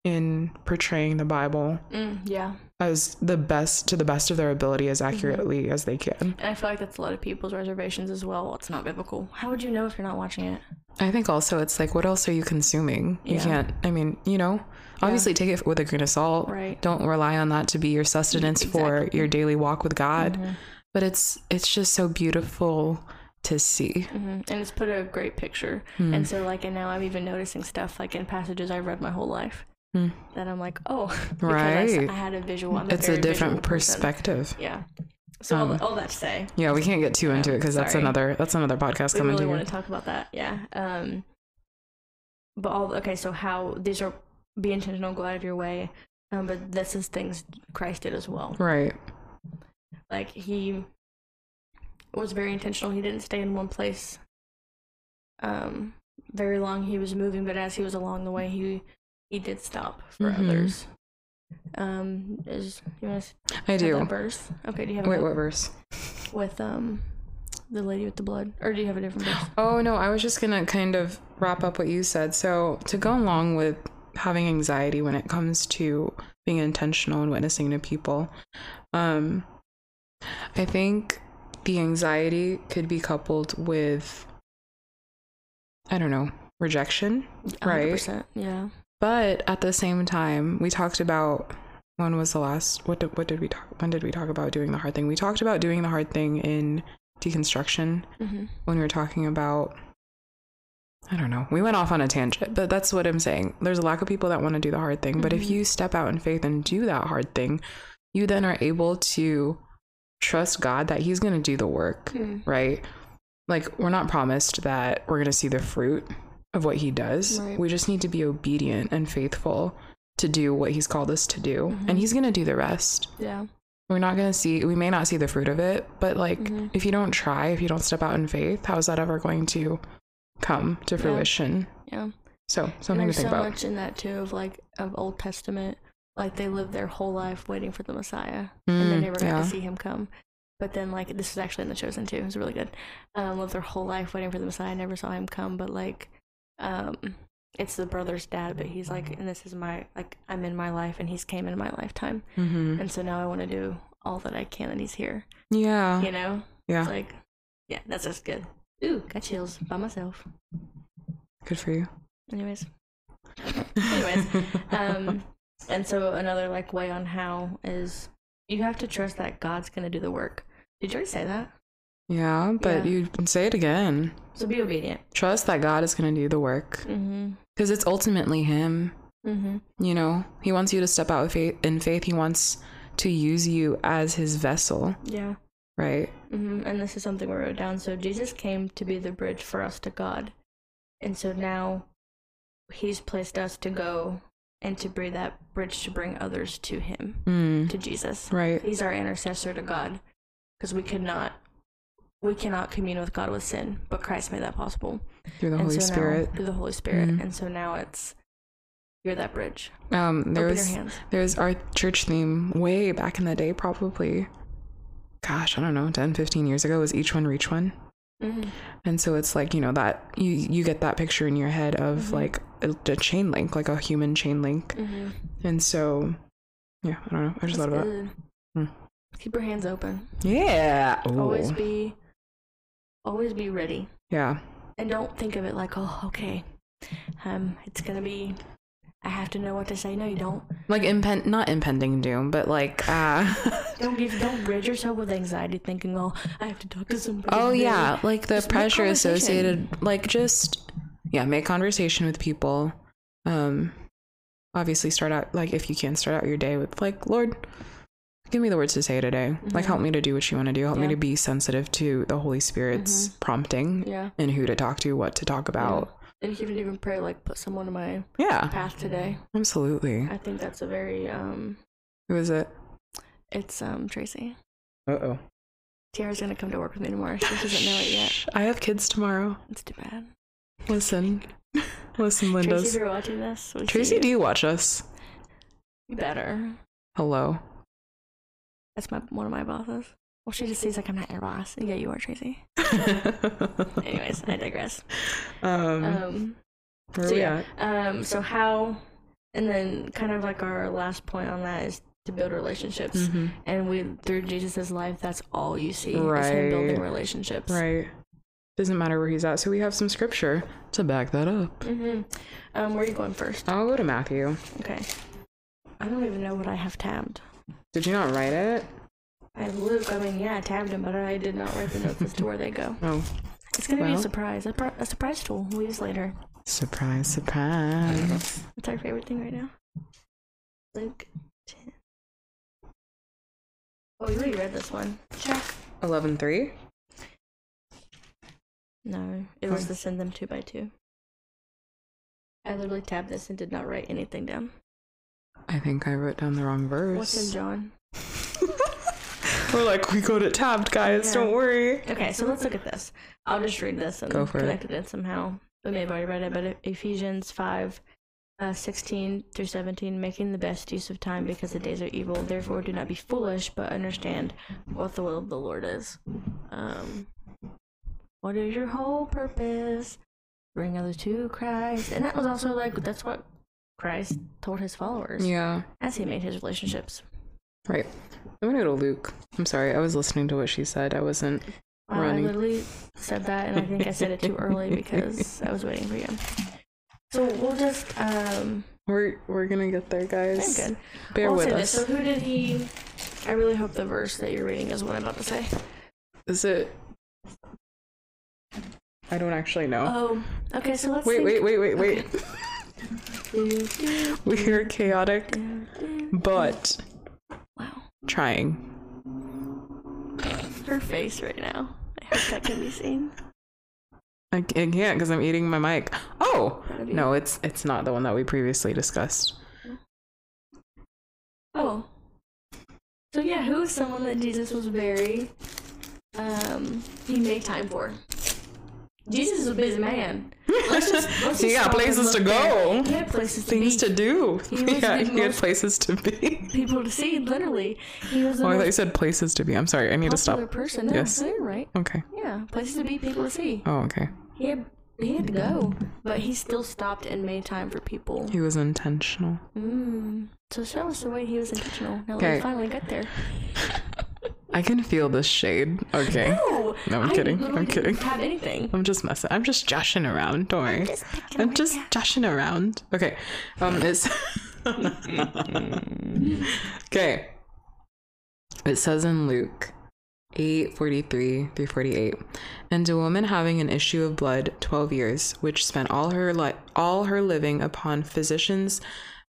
Speaker 1: in portraying the Bible
Speaker 3: Mm, yeah.
Speaker 1: as the best to the best of their ability as accurately as they can.
Speaker 3: And I feel like that's a lot of people's reservations as well. Well, it's not biblical. How would you know if you're not watching it?
Speaker 1: I think also it's like, what else are you consuming? You
Speaker 3: Yeah.
Speaker 1: can't, I mean, you know, obviously take it with a grain of salt.
Speaker 3: Right.
Speaker 1: Don't rely on that to be your sustenance for
Speaker 3: Exactly. Mm-hmm.
Speaker 1: your daily walk with God. But it's, it's just so beautiful to see.
Speaker 3: hmm And it's put a great picture.
Speaker 1: Hmm.
Speaker 3: And so, like, and now I'm even noticing stuff like in passages I've read my whole life
Speaker 1: Mm.
Speaker 3: that I'm visual. because I, s-
Speaker 1: Right.
Speaker 3: I had a visual. I'm
Speaker 1: It's a
Speaker 3: very
Speaker 1: different
Speaker 3: visual person.
Speaker 1: perspective.
Speaker 3: Yeah. So all,
Speaker 1: Um,
Speaker 3: all that to say,
Speaker 1: Yeah. We can't get too into it because that's
Speaker 3: sorry.
Speaker 1: another, that's another podcast
Speaker 3: we
Speaker 1: coming
Speaker 3: really
Speaker 1: to
Speaker 3: want
Speaker 1: you.
Speaker 3: to talk about that. Yeah. Um. But all okay. So how these are be intentional, go out of your way. Um. But this is things Christ did as well.
Speaker 1: Right.
Speaker 3: Like he was very intentional. He didn't stay in one place. Um. Very long. He was moving, but as he was along the way, he he did stop for
Speaker 1: Mhm.
Speaker 3: others. Um. Is you want to
Speaker 1: I do.
Speaker 3: that verse? Okay. Do you have
Speaker 1: Wait,
Speaker 3: that
Speaker 1: what verse?
Speaker 3: with um the lady with the blood, or do you have a different verse?
Speaker 1: Oh no, I was just gonna kind of wrap up what you said. So to go along with having anxiety when it comes to being intentional and witnessing to people, um, I think the anxiety could be coupled with, I don't know, rejection, right?
Speaker 3: 100%, Yeah.
Speaker 1: But at the same time, we talked about when was the last what did, what did we talk when did we talk about doing the hard thing? We talked about doing the hard thing in deconstruction
Speaker 3: Mm-hmm.
Speaker 1: when we were talking about I don't know. We went off on a tangent, but that's what I'm saying. There's a lack of people that want to do the hard thing, but if
Speaker 3: Mhm.
Speaker 1: you step out in faith and do that hard thing, you then are able to trust God that he's going to do the work,
Speaker 3: Mm.
Speaker 1: right? Like we're not promised that we're going to see the fruit of what he does.
Speaker 3: Right.
Speaker 1: We just need to be obedient and faithful to do what he's called us to do, and he's going to do the rest
Speaker 3: Yeah.
Speaker 1: we're not going to see we may not see the fruit of it but like
Speaker 3: Mhm.
Speaker 1: if you don't try if you don't step out in faith how is that ever going to come to
Speaker 3: Yeah.
Speaker 1: fruition
Speaker 3: Yeah.
Speaker 1: so
Speaker 3: And
Speaker 1: something to
Speaker 3: there's
Speaker 1: think
Speaker 3: so
Speaker 1: about
Speaker 3: much in that too of like of Old Testament, like they lived their whole life waiting for the Messiah, and they
Speaker 1: Mm,
Speaker 3: never got
Speaker 1: yeah.
Speaker 3: to see him come. But then, like this is actually in the Chosen too. It's really good. Um, lived their whole life waiting for the Messiah, never saw him come. But like, um, it's the brother's dad, but he's like, and this is my like I'm in my life, and he's came in my lifetime,
Speaker 1: Mhm.
Speaker 3: and so now I want to do all that I can, and he's here.
Speaker 1: yeah
Speaker 3: You
Speaker 1: Oh,
Speaker 3: know,
Speaker 1: yeah
Speaker 3: It's like, yeah, that's just good. Ooh, got chills by myself.
Speaker 1: good for you
Speaker 3: Anyways. Anyways. Um, and so another like way on how is you have to trust that God's gonna do the work. Did you already say that?
Speaker 1: yeah but
Speaker 3: yeah.
Speaker 1: you can say it again
Speaker 3: So be obedient.
Speaker 1: trust that god is going to do the work
Speaker 3: Mm-hmm.
Speaker 1: because it's ultimately him
Speaker 3: Mm-hmm.
Speaker 1: you know he wants you to step out of faith in faith he wants to use you as his vessel
Speaker 3: Yeah.
Speaker 1: right
Speaker 3: Mm-hmm. And this is something we wrote down. So Jesus came to be the bridge for us to God, and so now he's placed us to go and to be that bridge to bring others to him,
Speaker 1: Mm,
Speaker 3: to Jesus.
Speaker 1: right.
Speaker 3: He's our intercessor to God, because we could not, we cannot commune with God with sin, but Christ made that possible.
Speaker 1: Through the
Speaker 3: And
Speaker 1: Holy
Speaker 3: so now-
Speaker 1: Spirit.
Speaker 3: through the Holy Spirit,
Speaker 1: Mhm.
Speaker 3: and so now it's you're that bridge.
Speaker 1: Um, there
Speaker 3: Open
Speaker 1: was
Speaker 3: your hands.
Speaker 1: there was our church theme way back in the day, probably. Gosh, I don't know, 10, 15 years ago was each one reach one.
Speaker 3: Mhm.
Speaker 1: And so it's like, you know, that you you get that picture in your head of
Speaker 3: Mhm.
Speaker 1: like a, a chain link, like a human chain link.
Speaker 3: Mhm.
Speaker 1: And so yeah, I don't know. I just
Speaker 3: That's
Speaker 1: thought about it.
Speaker 3: good.
Speaker 1: Hmm.
Speaker 3: Keep your hands open.
Speaker 1: Yeah.
Speaker 3: Always
Speaker 1: Ooh.
Speaker 3: be, always be ready,
Speaker 1: yeah.
Speaker 3: and don't think of it like, oh, okay, um, it's gonna be. I have to know what to say. No, you don't.
Speaker 1: Like impen not impending doom, but like uh
Speaker 3: Don't give. Don't rid yourself with anxiety, thinking, "Oh, I have to talk to somebody."
Speaker 1: Oh
Speaker 3: today."
Speaker 1: yeah, like the
Speaker 3: Just make
Speaker 1: pressure
Speaker 3: conversation.
Speaker 1: associated like just yeah, make conversation with people. Um obviously start out like if you can start out your day with like Lord give me the words to say today. Like
Speaker 3: Mhm.
Speaker 1: help me to do what you want to do. Help me
Speaker 3: Yeah. Mm-hmm.
Speaker 1: to be sensitive to the Holy Spirit's prompting
Speaker 3: Yeah.
Speaker 1: and who to talk to, what to talk about.
Speaker 3: And even even pray like put someone in my
Speaker 1: Yeah,
Speaker 3: path today.
Speaker 1: absolutely.
Speaker 3: I think that's a very um.
Speaker 1: Who is it?
Speaker 3: It's um Tracy.
Speaker 1: Uh-oh.
Speaker 3: Tiara's gonna come to work with me tomorrow. She doesn't know it yet.
Speaker 1: I have kids tomorrow.
Speaker 3: It's too bad.
Speaker 1: Listen. Listen,
Speaker 3: Tracy, if
Speaker 1: Linda's.
Speaker 3: you're watching this, we see
Speaker 1: Tracy,
Speaker 3: you.
Speaker 1: do you watch us?
Speaker 3: You better.
Speaker 1: Hello.
Speaker 3: That's my one of my bosses. Well, she just sees like I'm not your boss. Yeah, you are, Tracy. Anyways, I digress.
Speaker 1: um,
Speaker 3: Um,
Speaker 1: where
Speaker 3: so
Speaker 1: we
Speaker 3: yeah.
Speaker 1: at?
Speaker 3: Um, so how, and then kind of like our last point on that is to build relationships,
Speaker 1: Mhm.
Speaker 3: and we through Jesus' life, that's all you see is him building
Speaker 1: Right.
Speaker 3: relationships.
Speaker 1: Right. Doesn't matter where he's at. So we have some scripture to back that up.
Speaker 3: hmm Um, where are you going first?
Speaker 1: I'll go to Matthew.
Speaker 3: Okay. I don't even know what I have tabbed.
Speaker 1: Did you not write it?
Speaker 3: I have Luke. I mean, yeah, I tabbed him, but I did not write the notes as to where they go.
Speaker 1: Oh,
Speaker 3: It's gonna be
Speaker 1: Well.
Speaker 3: a surprise. A, pr- a surprise tool we'll use later.
Speaker 1: surprise, surprise.
Speaker 3: It's our favorite thing right now. Luke 10. Oh, you already read this one. Check.
Speaker 1: 11.3?
Speaker 3: No, it was to send them two by two. I literally tabbed this and did not write anything down.
Speaker 1: I think I wrote down the wrong verse.
Speaker 3: What's in John?
Speaker 1: We're like, we got it tabbed, guys.
Speaker 3: Yeah.
Speaker 1: Don't worry.
Speaker 3: Okay, so let's look at this. I'll just read this and
Speaker 1: Go for it.
Speaker 3: connect it in somehow. We may have already read it, but it- Ephesians 5 uh, 16 through 17, making the best use of time because the days are evil. Therefore, do not be foolish, but understand what the will of the Lord is. Um, what is your whole purpose? Bring others to Christ. And that was also like, that's what Christ told his followers
Speaker 1: Yeah.
Speaker 3: as he made his relationships.
Speaker 1: Right. I'm gonna go to Luke. I'm sorry. I was listening to what she said. I wasn't.
Speaker 3: Wow, I
Speaker 1: Running.
Speaker 3: literally said that, and I think I said it too early because I was waiting for you. So we'll just um,
Speaker 1: We're we're gonna get there,
Speaker 3: I'm
Speaker 1: guys.
Speaker 3: good.
Speaker 1: Bear
Speaker 3: I'll
Speaker 1: with
Speaker 3: say
Speaker 1: us.
Speaker 3: this. So who did he? I really hope the verse that you're reading is what I'm about to say.
Speaker 1: Is it? I don't actually know.
Speaker 3: Oh, okay. So let's
Speaker 1: wait,
Speaker 3: think.
Speaker 1: wait, wait, wait, wait.
Speaker 3: Do,
Speaker 1: we are chaotic,
Speaker 3: do, do.
Speaker 1: but
Speaker 3: Wow,
Speaker 1: trying.
Speaker 3: her face right now. I hope that can be seen.
Speaker 1: I, I can't because I'm eating my mic. Oh
Speaker 3: That'd be-
Speaker 1: no, it's it's not the one that we previously discussed.
Speaker 3: Oh. So yeah, who is someone that Jesus was very um he made time for? Jesus is a busy man. Let's just, let's
Speaker 1: He
Speaker 3: just
Speaker 1: got
Speaker 3: stop and
Speaker 1: places
Speaker 3: look
Speaker 1: to
Speaker 3: there.
Speaker 1: go,
Speaker 3: He had places to
Speaker 1: things
Speaker 3: be,
Speaker 1: to do.
Speaker 3: He was
Speaker 1: yeah,
Speaker 3: the
Speaker 1: he had
Speaker 3: most-
Speaker 1: places to be.
Speaker 3: people to see. Literally, he was the
Speaker 1: Oh, I thought you
Speaker 3: most
Speaker 1: said places to be. I'm sorry. I need to
Speaker 3: popular
Speaker 1: stop.
Speaker 3: person. No,
Speaker 1: Yes.
Speaker 3: you're right.
Speaker 1: Okay.
Speaker 3: Yeah, places to be, people to see.
Speaker 1: Oh, okay.
Speaker 3: He had he had to go, but he still stopped and made time for people.
Speaker 1: He was intentional.
Speaker 3: Mm. So show us the way he was intentional. Now that
Speaker 1: Okay.
Speaker 3: we finally got there.
Speaker 1: I can feel the shade. Okay.
Speaker 3: No,
Speaker 1: No, I'm
Speaker 3: I
Speaker 1: kidding. I'm
Speaker 3: literally didn't
Speaker 1: kidding.
Speaker 3: Have anything?
Speaker 1: I'm just messing. I'm just joshing around. Don't worry.
Speaker 3: just picking
Speaker 1: I'm
Speaker 3: on
Speaker 1: just joshing around. Okay. Um. It's okay. It says in Luke. 843 through 48 and a woman having an issue of blood 12 years which spent all her li- all her living upon physicians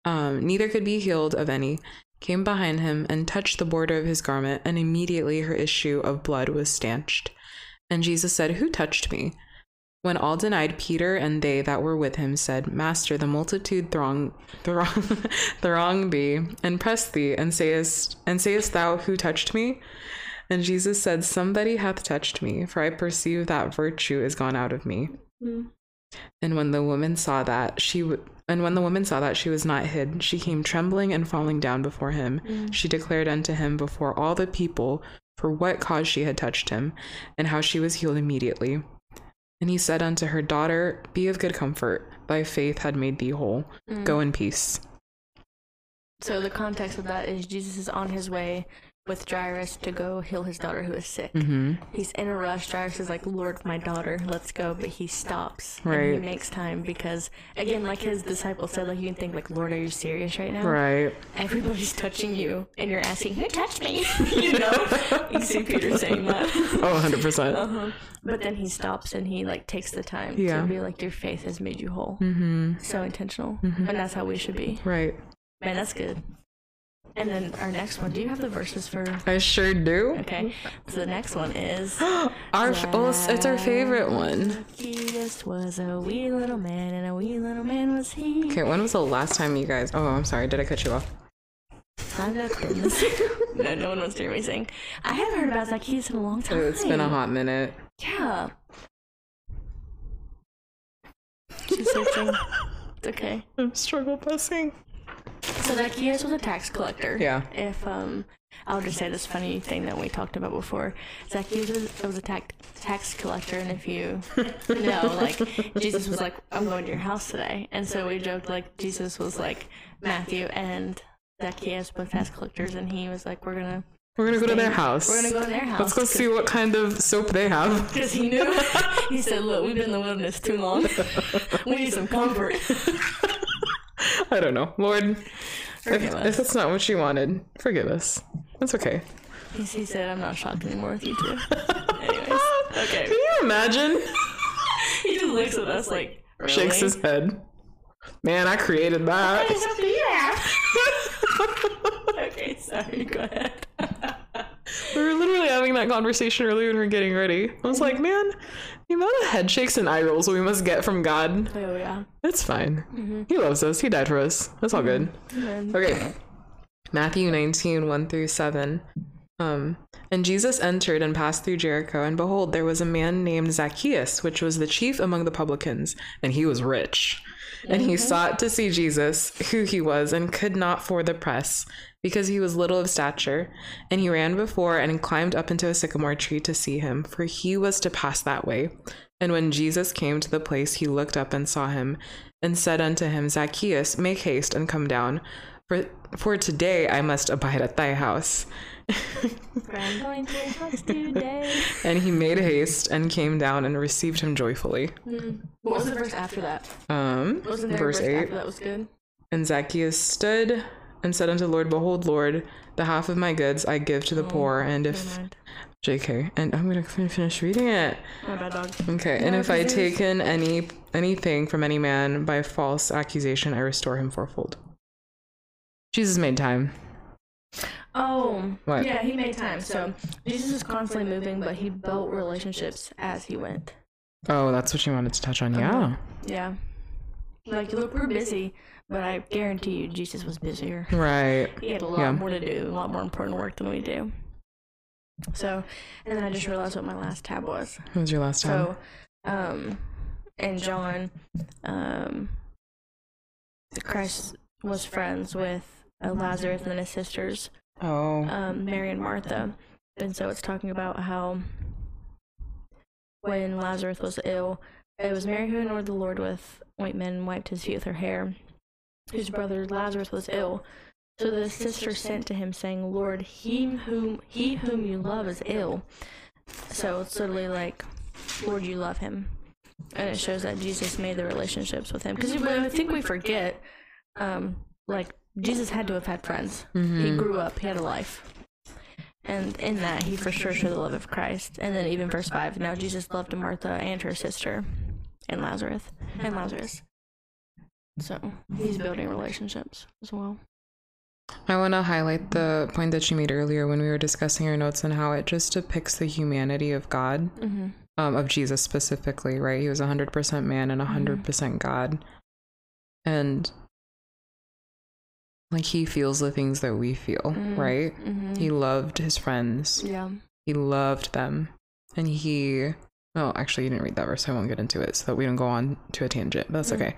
Speaker 1: um, neither could be healed of any came behind him and touched the border of his garment and immediately her issue of blood was stanched and jesus said who touched me When all denied, Peter and they that were with him said, Master, the multitude throng, throng, throng thee and press thee, and sayest, and sayest thou, Who touched me? And Jesus said, Somebody hath touched me, for I perceive that virtue is gone out of me. And when the woman saw that, she w- and when the woman saw that she was not hid, she came trembling and falling down before him. She declared unto him before all the people for what cause she had touched him, and how she was healed immediately. And he said unto her, Daughter, be of good comfort. Thy faith had made thee whole.
Speaker 3: Mm.
Speaker 1: Go in peace.
Speaker 3: So the context of that is Jesus is on his way with Jairus to go heal his daughter who is sick.
Speaker 1: hmm
Speaker 3: He's in a rush. Jairus is like, "Lord, my daughter, let's go," but he stops. And
Speaker 1: Right.
Speaker 3: he makes time because, again, like his disciples said, like you can think, like, "Lord, are you serious right now?"
Speaker 1: Right.
Speaker 3: Everybody's touching you, and you're asking, "Who touched me?" you know, you see Peter saying that.
Speaker 1: Oh, 100%.
Speaker 3: Uh-huh. But then he stops and he like takes the time
Speaker 1: Yeah.
Speaker 3: to be like, "Your faith has made you whole."
Speaker 1: Mm-hmm.
Speaker 3: So intentional, and that's how we should be.
Speaker 1: Right.
Speaker 3: Man, that's good. And then our next one. Do you have the verses for?
Speaker 1: I sure do.
Speaker 3: Okay. So the next one is.
Speaker 1: Our f- oh, it's, it's our favorite one.
Speaker 3: Zacchaeus was a wee little man, and a wee little man was he.
Speaker 1: Okay, when was the last time you guys? Oh, I'm sorry. Did I cut you off?
Speaker 3: I'm not doing this. no, no one wants to hear me sing. I haven't heard about Zacchaeus in a long time.
Speaker 1: It's been a hot minute.
Speaker 3: Yeah. She's searching. It's okay.
Speaker 1: I'm struggle pressing.
Speaker 3: So Zacchaeus was a tax collector.
Speaker 1: Yeah.
Speaker 3: If um, I'll just say this funny thing that we talked about before. Zacchaeus was, was a tax tax collector, and if you know, like Jesus was like, "I'm going to your house today," and so we joked like Jesus was like Matthew and Zacchaeus both tax collectors, and he was like, "We're gonna
Speaker 1: We're gonna go to their
Speaker 3: stay-
Speaker 1: house.
Speaker 3: We're gonna go to their house.
Speaker 1: Let's go see what kind of soap they have.
Speaker 3: Because he knew, he said, "Look, we've been in the wilderness too long. we need some comfort."
Speaker 1: I don't know, Lord. If,
Speaker 3: Forgive
Speaker 1: if
Speaker 3: us.
Speaker 1: that's not what you wanted, forgive us. That's okay.
Speaker 3: He, he said, "I'm not shocked anymore with you two. Anyways, okay.
Speaker 1: Can you imagine?
Speaker 3: He just looks at us like really?
Speaker 1: Shakes his head. Man, I created that.
Speaker 3: okay, sorry. Go ahead.
Speaker 1: we were literally having that conversation earlier when we were getting ready. I was like, man, the amount of head shakes and eye rolls we must get from God.
Speaker 3: Oh yeah.
Speaker 1: It's fine. He loves us. He died for us. That's all good. Okay. Matthew 19, 1 through 7. Um, and Jesus entered and passed through Jericho, and behold, there was a man named Zacchaeus, which was the chief among the publicans, and he was rich. And he sought to see Jesus, who he was, and could not for the press, because he was little of stature. And he ran before and climbed up into a sycamore tree to see him, for he was to pass that way. And when Jesus came to the place, he looked up and saw him, and said unto him, Zacchaeus, make haste and come down, for for today I must abide at thy house.
Speaker 3: I'm going to your house today.
Speaker 1: And he made haste and came down and received him joyfully.
Speaker 3: What was the verse after that?
Speaker 1: Um,
Speaker 3: Wasn't there
Speaker 1: verse
Speaker 3: a verse
Speaker 1: eight.
Speaker 3: after that was good?
Speaker 1: And Zacchaeus stood and said unto the Lord, Behold, Lord, the half of my goods I give to the poor, and if
Speaker 3: Oh, mind.
Speaker 1: J.K. and I'm gonna fin- finish reading it.
Speaker 3: My bad dog.
Speaker 1: Okay. And if I
Speaker 3: this is-
Speaker 1: take in any anything from any man by false accusation, I restore him fourfold. Jesus made time.
Speaker 3: Oh,
Speaker 1: What?
Speaker 3: yeah, he made time. So Jesus was constantly moving, but he built relationships as he went.
Speaker 1: Oh, that's what you wanted to touch on. Yeah.
Speaker 3: Yeah. Like, look, we're busy, but I guarantee you, Jesus was busier.
Speaker 1: Right.
Speaker 3: He had a lot
Speaker 1: Yeah.
Speaker 3: more to do, a lot more important work than we do. So, and then I just realized what my last tab was.
Speaker 1: What was your last time?
Speaker 3: So, um, and John, um, Christ was friends with uh, Lazarus and then his sisters,
Speaker 1: oh.
Speaker 3: um, Mary and Martha. And so it's talking about how when Lazarus was ill, it was Mary who anointed the Lord with ointment and wiped his feet with her hair, whose brother Lazarus was ill. So the sister sent to him, saying, Lord, he whom, he whom you love is ill. So it's literally like, Lord, you love him. And it shows that Jesus made the relationships with him. Because I think we forget, um, like, Jesus had to have had friends.
Speaker 1: mm-hmm.
Speaker 3: He grew up, he had a life. And in that, he for sure showed the love of Christ. And then even verse 5, now Jesus loved Martha and her sister and Lazarus. And Lazarus. So he's building relationships as well.
Speaker 1: I want to highlight the point that you made earlier when we were discussing your notes and how it just depicts the humanity of God.
Speaker 3: Mm-hmm.
Speaker 1: um, of Jesus specifically, right? He was 100% man and 100% percent God. And like he feels the things that we feel,
Speaker 3: Mm.
Speaker 1: right?
Speaker 3: Mm-hmm.
Speaker 1: He loved his friends,
Speaker 3: yeah.
Speaker 1: he loved them. And he, well, actually, you didn't read that verse, so I won't get into it so that we don't go on to a tangent, but that's
Speaker 3: Mm.
Speaker 1: okay.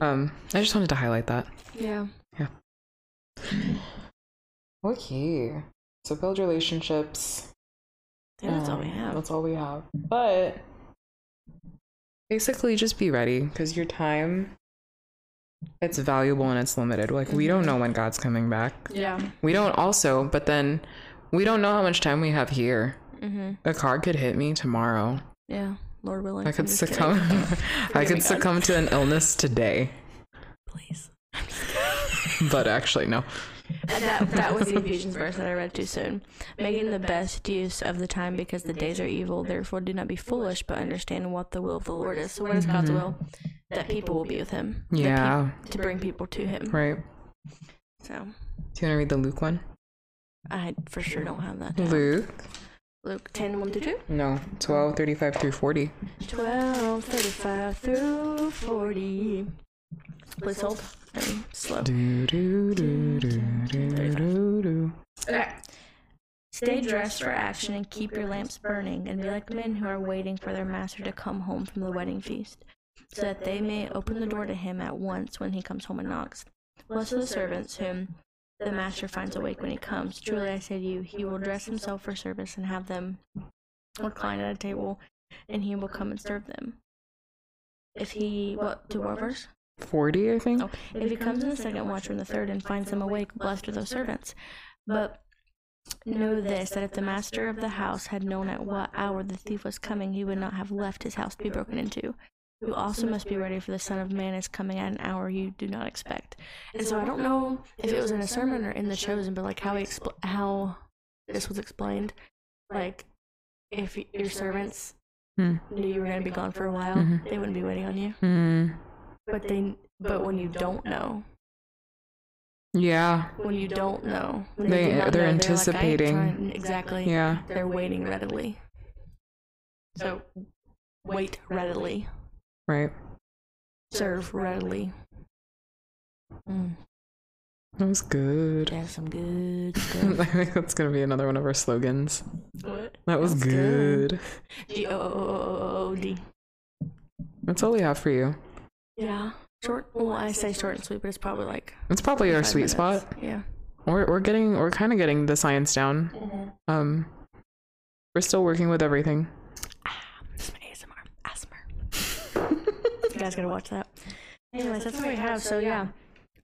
Speaker 1: Um, I just wanted to highlight that.
Speaker 3: Yeah.
Speaker 1: Okay. So build relationships.
Speaker 3: Yeah, that's all we
Speaker 1: Um,
Speaker 3: have.
Speaker 1: That's all we have. But basically, just be ready because your time it's valuable and it's limited. Like we don't know when God's coming back.
Speaker 3: Yeah.
Speaker 1: We don't also, but then we don't know how much time we have here.
Speaker 3: Mm-hmm.
Speaker 1: A car could hit me tomorrow.
Speaker 3: Yeah. Lord willing.
Speaker 1: I
Speaker 3: I'm
Speaker 1: could
Speaker 3: just kidding.
Speaker 1: succumb. I
Speaker 3: Forgive me,
Speaker 1: could
Speaker 3: God.
Speaker 1: succumb to an illness today.
Speaker 3: Please.
Speaker 1: But actually, no.
Speaker 3: And that, that was the Ephesians verse that I read too soon. Making the best use of the time because the days are evil. Therefore, do not be foolish, but understand what the will of the Lord is. So, what is God's will? That people will be with Him. That
Speaker 1: Yeah.
Speaker 3: peop- to bring people to Him.
Speaker 1: Right. Do
Speaker 3: So,
Speaker 1: you want to read the Luke one?
Speaker 3: I for sure don't have that. down.
Speaker 1: Luke.
Speaker 3: Luke 10 1 through 2.
Speaker 1: No. 12, 35 through 40.
Speaker 3: 12, 35 through 40. Please hold. I'm slow.
Speaker 1: Do, do, do, do, do, do, do.
Speaker 3: Okay. Stay dressed for action and keep your lamps burning, and be like men who are waiting for their master to come home from the wedding feast, so that they may open the door to him at once when he comes home and knocks. Blessed are the servants whom the master finds awake when he comes. Truly I say to you, he will dress himself for service and have them recline at a table, and he will come and serve them. If he what to what verse?
Speaker 1: 40, I think.
Speaker 3: Oh, if he comes in the second watch or in the third and finds them awake, blessed are those servants. But know this that if the master of the house had known at what hour the thief was coming, he would not have left his house to be broken into. You also must be ready, for the Son of Man is coming at an hour you do not expect. And so I don't know if it was in a sermon or in the chosen, but like how he expl- how this was explained, like if y- your servants
Speaker 1: Hmm.
Speaker 3: knew you were going to be gone for a while,
Speaker 1: Mhm.
Speaker 3: they wouldn't be waiting on you.
Speaker 1: Hmm.
Speaker 3: But they, but when you don't know,
Speaker 1: Yeah.
Speaker 3: when you don't know. When
Speaker 1: They-
Speaker 3: do not
Speaker 1: they're
Speaker 3: know, like,
Speaker 1: anticipating.
Speaker 3: "I ain't trying-" exactly.
Speaker 1: Yeah.
Speaker 3: They're waiting readily. So wait readily.
Speaker 1: Right.
Speaker 3: Serve readily. Mm,
Speaker 1: That was good.
Speaker 3: that's some good stuff.
Speaker 1: I think that's going to be another one of our slogans.
Speaker 3: what?
Speaker 1: That was
Speaker 3: That's
Speaker 1: good.
Speaker 3: G O O O O O D.
Speaker 1: That's all we have for you.
Speaker 3: Yeah. Short. Well, I say short and sweet, but it's probably like
Speaker 1: It's probably our
Speaker 3: five
Speaker 1: sweet
Speaker 3: minutes.
Speaker 1: spot.
Speaker 3: Yeah.
Speaker 1: We're, we're getting, we're kind of getting the science down. Um, we're still working with everything.
Speaker 3: It's my ASMR. Asthma. you guys gotta watch that. Anyways, that's what we have. So yeah,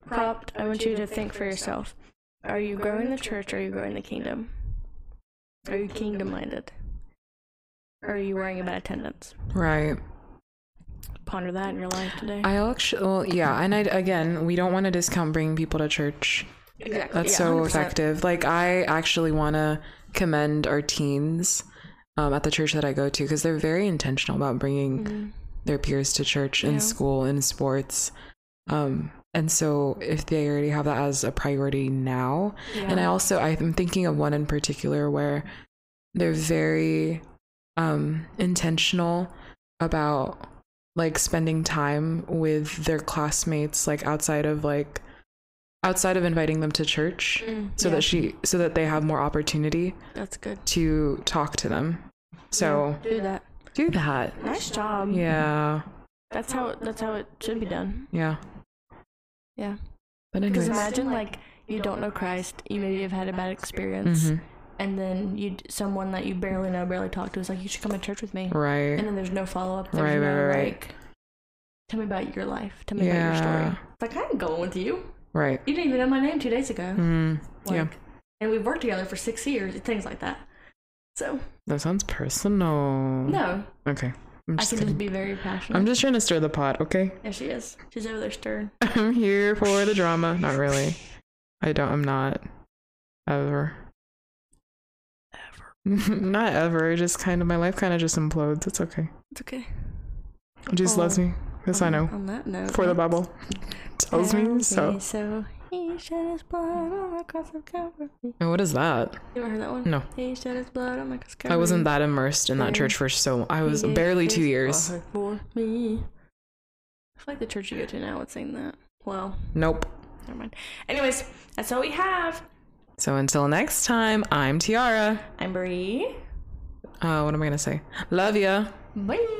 Speaker 3: prompt. I want you to think for yourself. Are you growing the church? Or are you growing the kingdom? Are you kingdom minded? Or are you worrying about attendance?
Speaker 1: Right.
Speaker 3: Ponder that in your life today.
Speaker 1: I actually, well, yeah. And I, again, we don't want to discount bringing people to church.
Speaker 3: exactly.
Speaker 1: That's so effective. Like I actually want to commend our teens um, at the church that I go to because they're very intentional about bringing their peers to church in
Speaker 3: Mm-hmm. Yeah.
Speaker 1: school in sports. Um, and so if they already have that as a priority now, and I also I'm thinking of one in particular where they're very um, intentional about like spending time with their classmates, like outside of like outside of inviting them to church,
Speaker 3: Mm-hmm. Mm,
Speaker 1: so that she so that they have more opportunity
Speaker 3: that's good.
Speaker 1: to talk to them. So
Speaker 3: Do that.
Speaker 1: do that.
Speaker 3: Nice job.
Speaker 1: Yeah,
Speaker 3: That's how. That's how it should be done.
Speaker 1: yeah,
Speaker 3: Yeah.
Speaker 1: But
Speaker 3: Because
Speaker 1: anyways,
Speaker 3: imagine like you don't know Christ, you maybe have had a bad experience,
Speaker 1: Mhm.
Speaker 3: and then you someone that you barely know, barely talk to is like, you should come to church with me, and
Speaker 1: right?
Speaker 3: then there's no follow up.
Speaker 1: Right,
Speaker 3: no,
Speaker 1: right, right.
Speaker 3: Like, tell me about your life. Tell me about your
Speaker 1: Yeah,
Speaker 3: story. It's like I'm going with you.
Speaker 1: right.
Speaker 3: You didn't even know my name two days ago.
Speaker 1: Mm, yeah,
Speaker 3: Like, And we've worked together for six years. Things like that. So
Speaker 1: that sounds personal.
Speaker 3: no,
Speaker 1: Okay. Mm. I'm
Speaker 3: I
Speaker 1: just,
Speaker 3: can
Speaker 1: kidding.
Speaker 3: just be very passionate.
Speaker 1: I'm just trying to stir the pot, okay?
Speaker 3: There she is. She's over there stirring.
Speaker 1: I'm here for the drama. Not really. I don't I'm not ever. Ever. not ever. It Just kind of my life kind of just implodes. It's okay.
Speaker 3: It's okay.
Speaker 1: Jesus loves
Speaker 3: Oh.
Speaker 1: me. Yes, I know.
Speaker 3: On that note,
Speaker 1: For the Bible. Oh, Tells me so.
Speaker 3: So He shed his blood on the cross of Calvary. You
Speaker 1: And what is that?
Speaker 3: ever heard that one?
Speaker 1: No.
Speaker 3: He shed his blood on the cross of Calvary.
Speaker 1: I wasn't that immersed in that church for so I was
Speaker 3: He
Speaker 1: barely
Speaker 3: gave
Speaker 1: two
Speaker 3: his
Speaker 1: years.
Speaker 3: blood For me. I feel like the church you go to now would sing that. Well,
Speaker 1: Nope.
Speaker 3: never mind. Anyways, that's all we have.
Speaker 1: So until next time, I'm Tiara.
Speaker 3: I'm Bree.
Speaker 1: Uh, what am I gonna say? Love ya.
Speaker 3: Bye.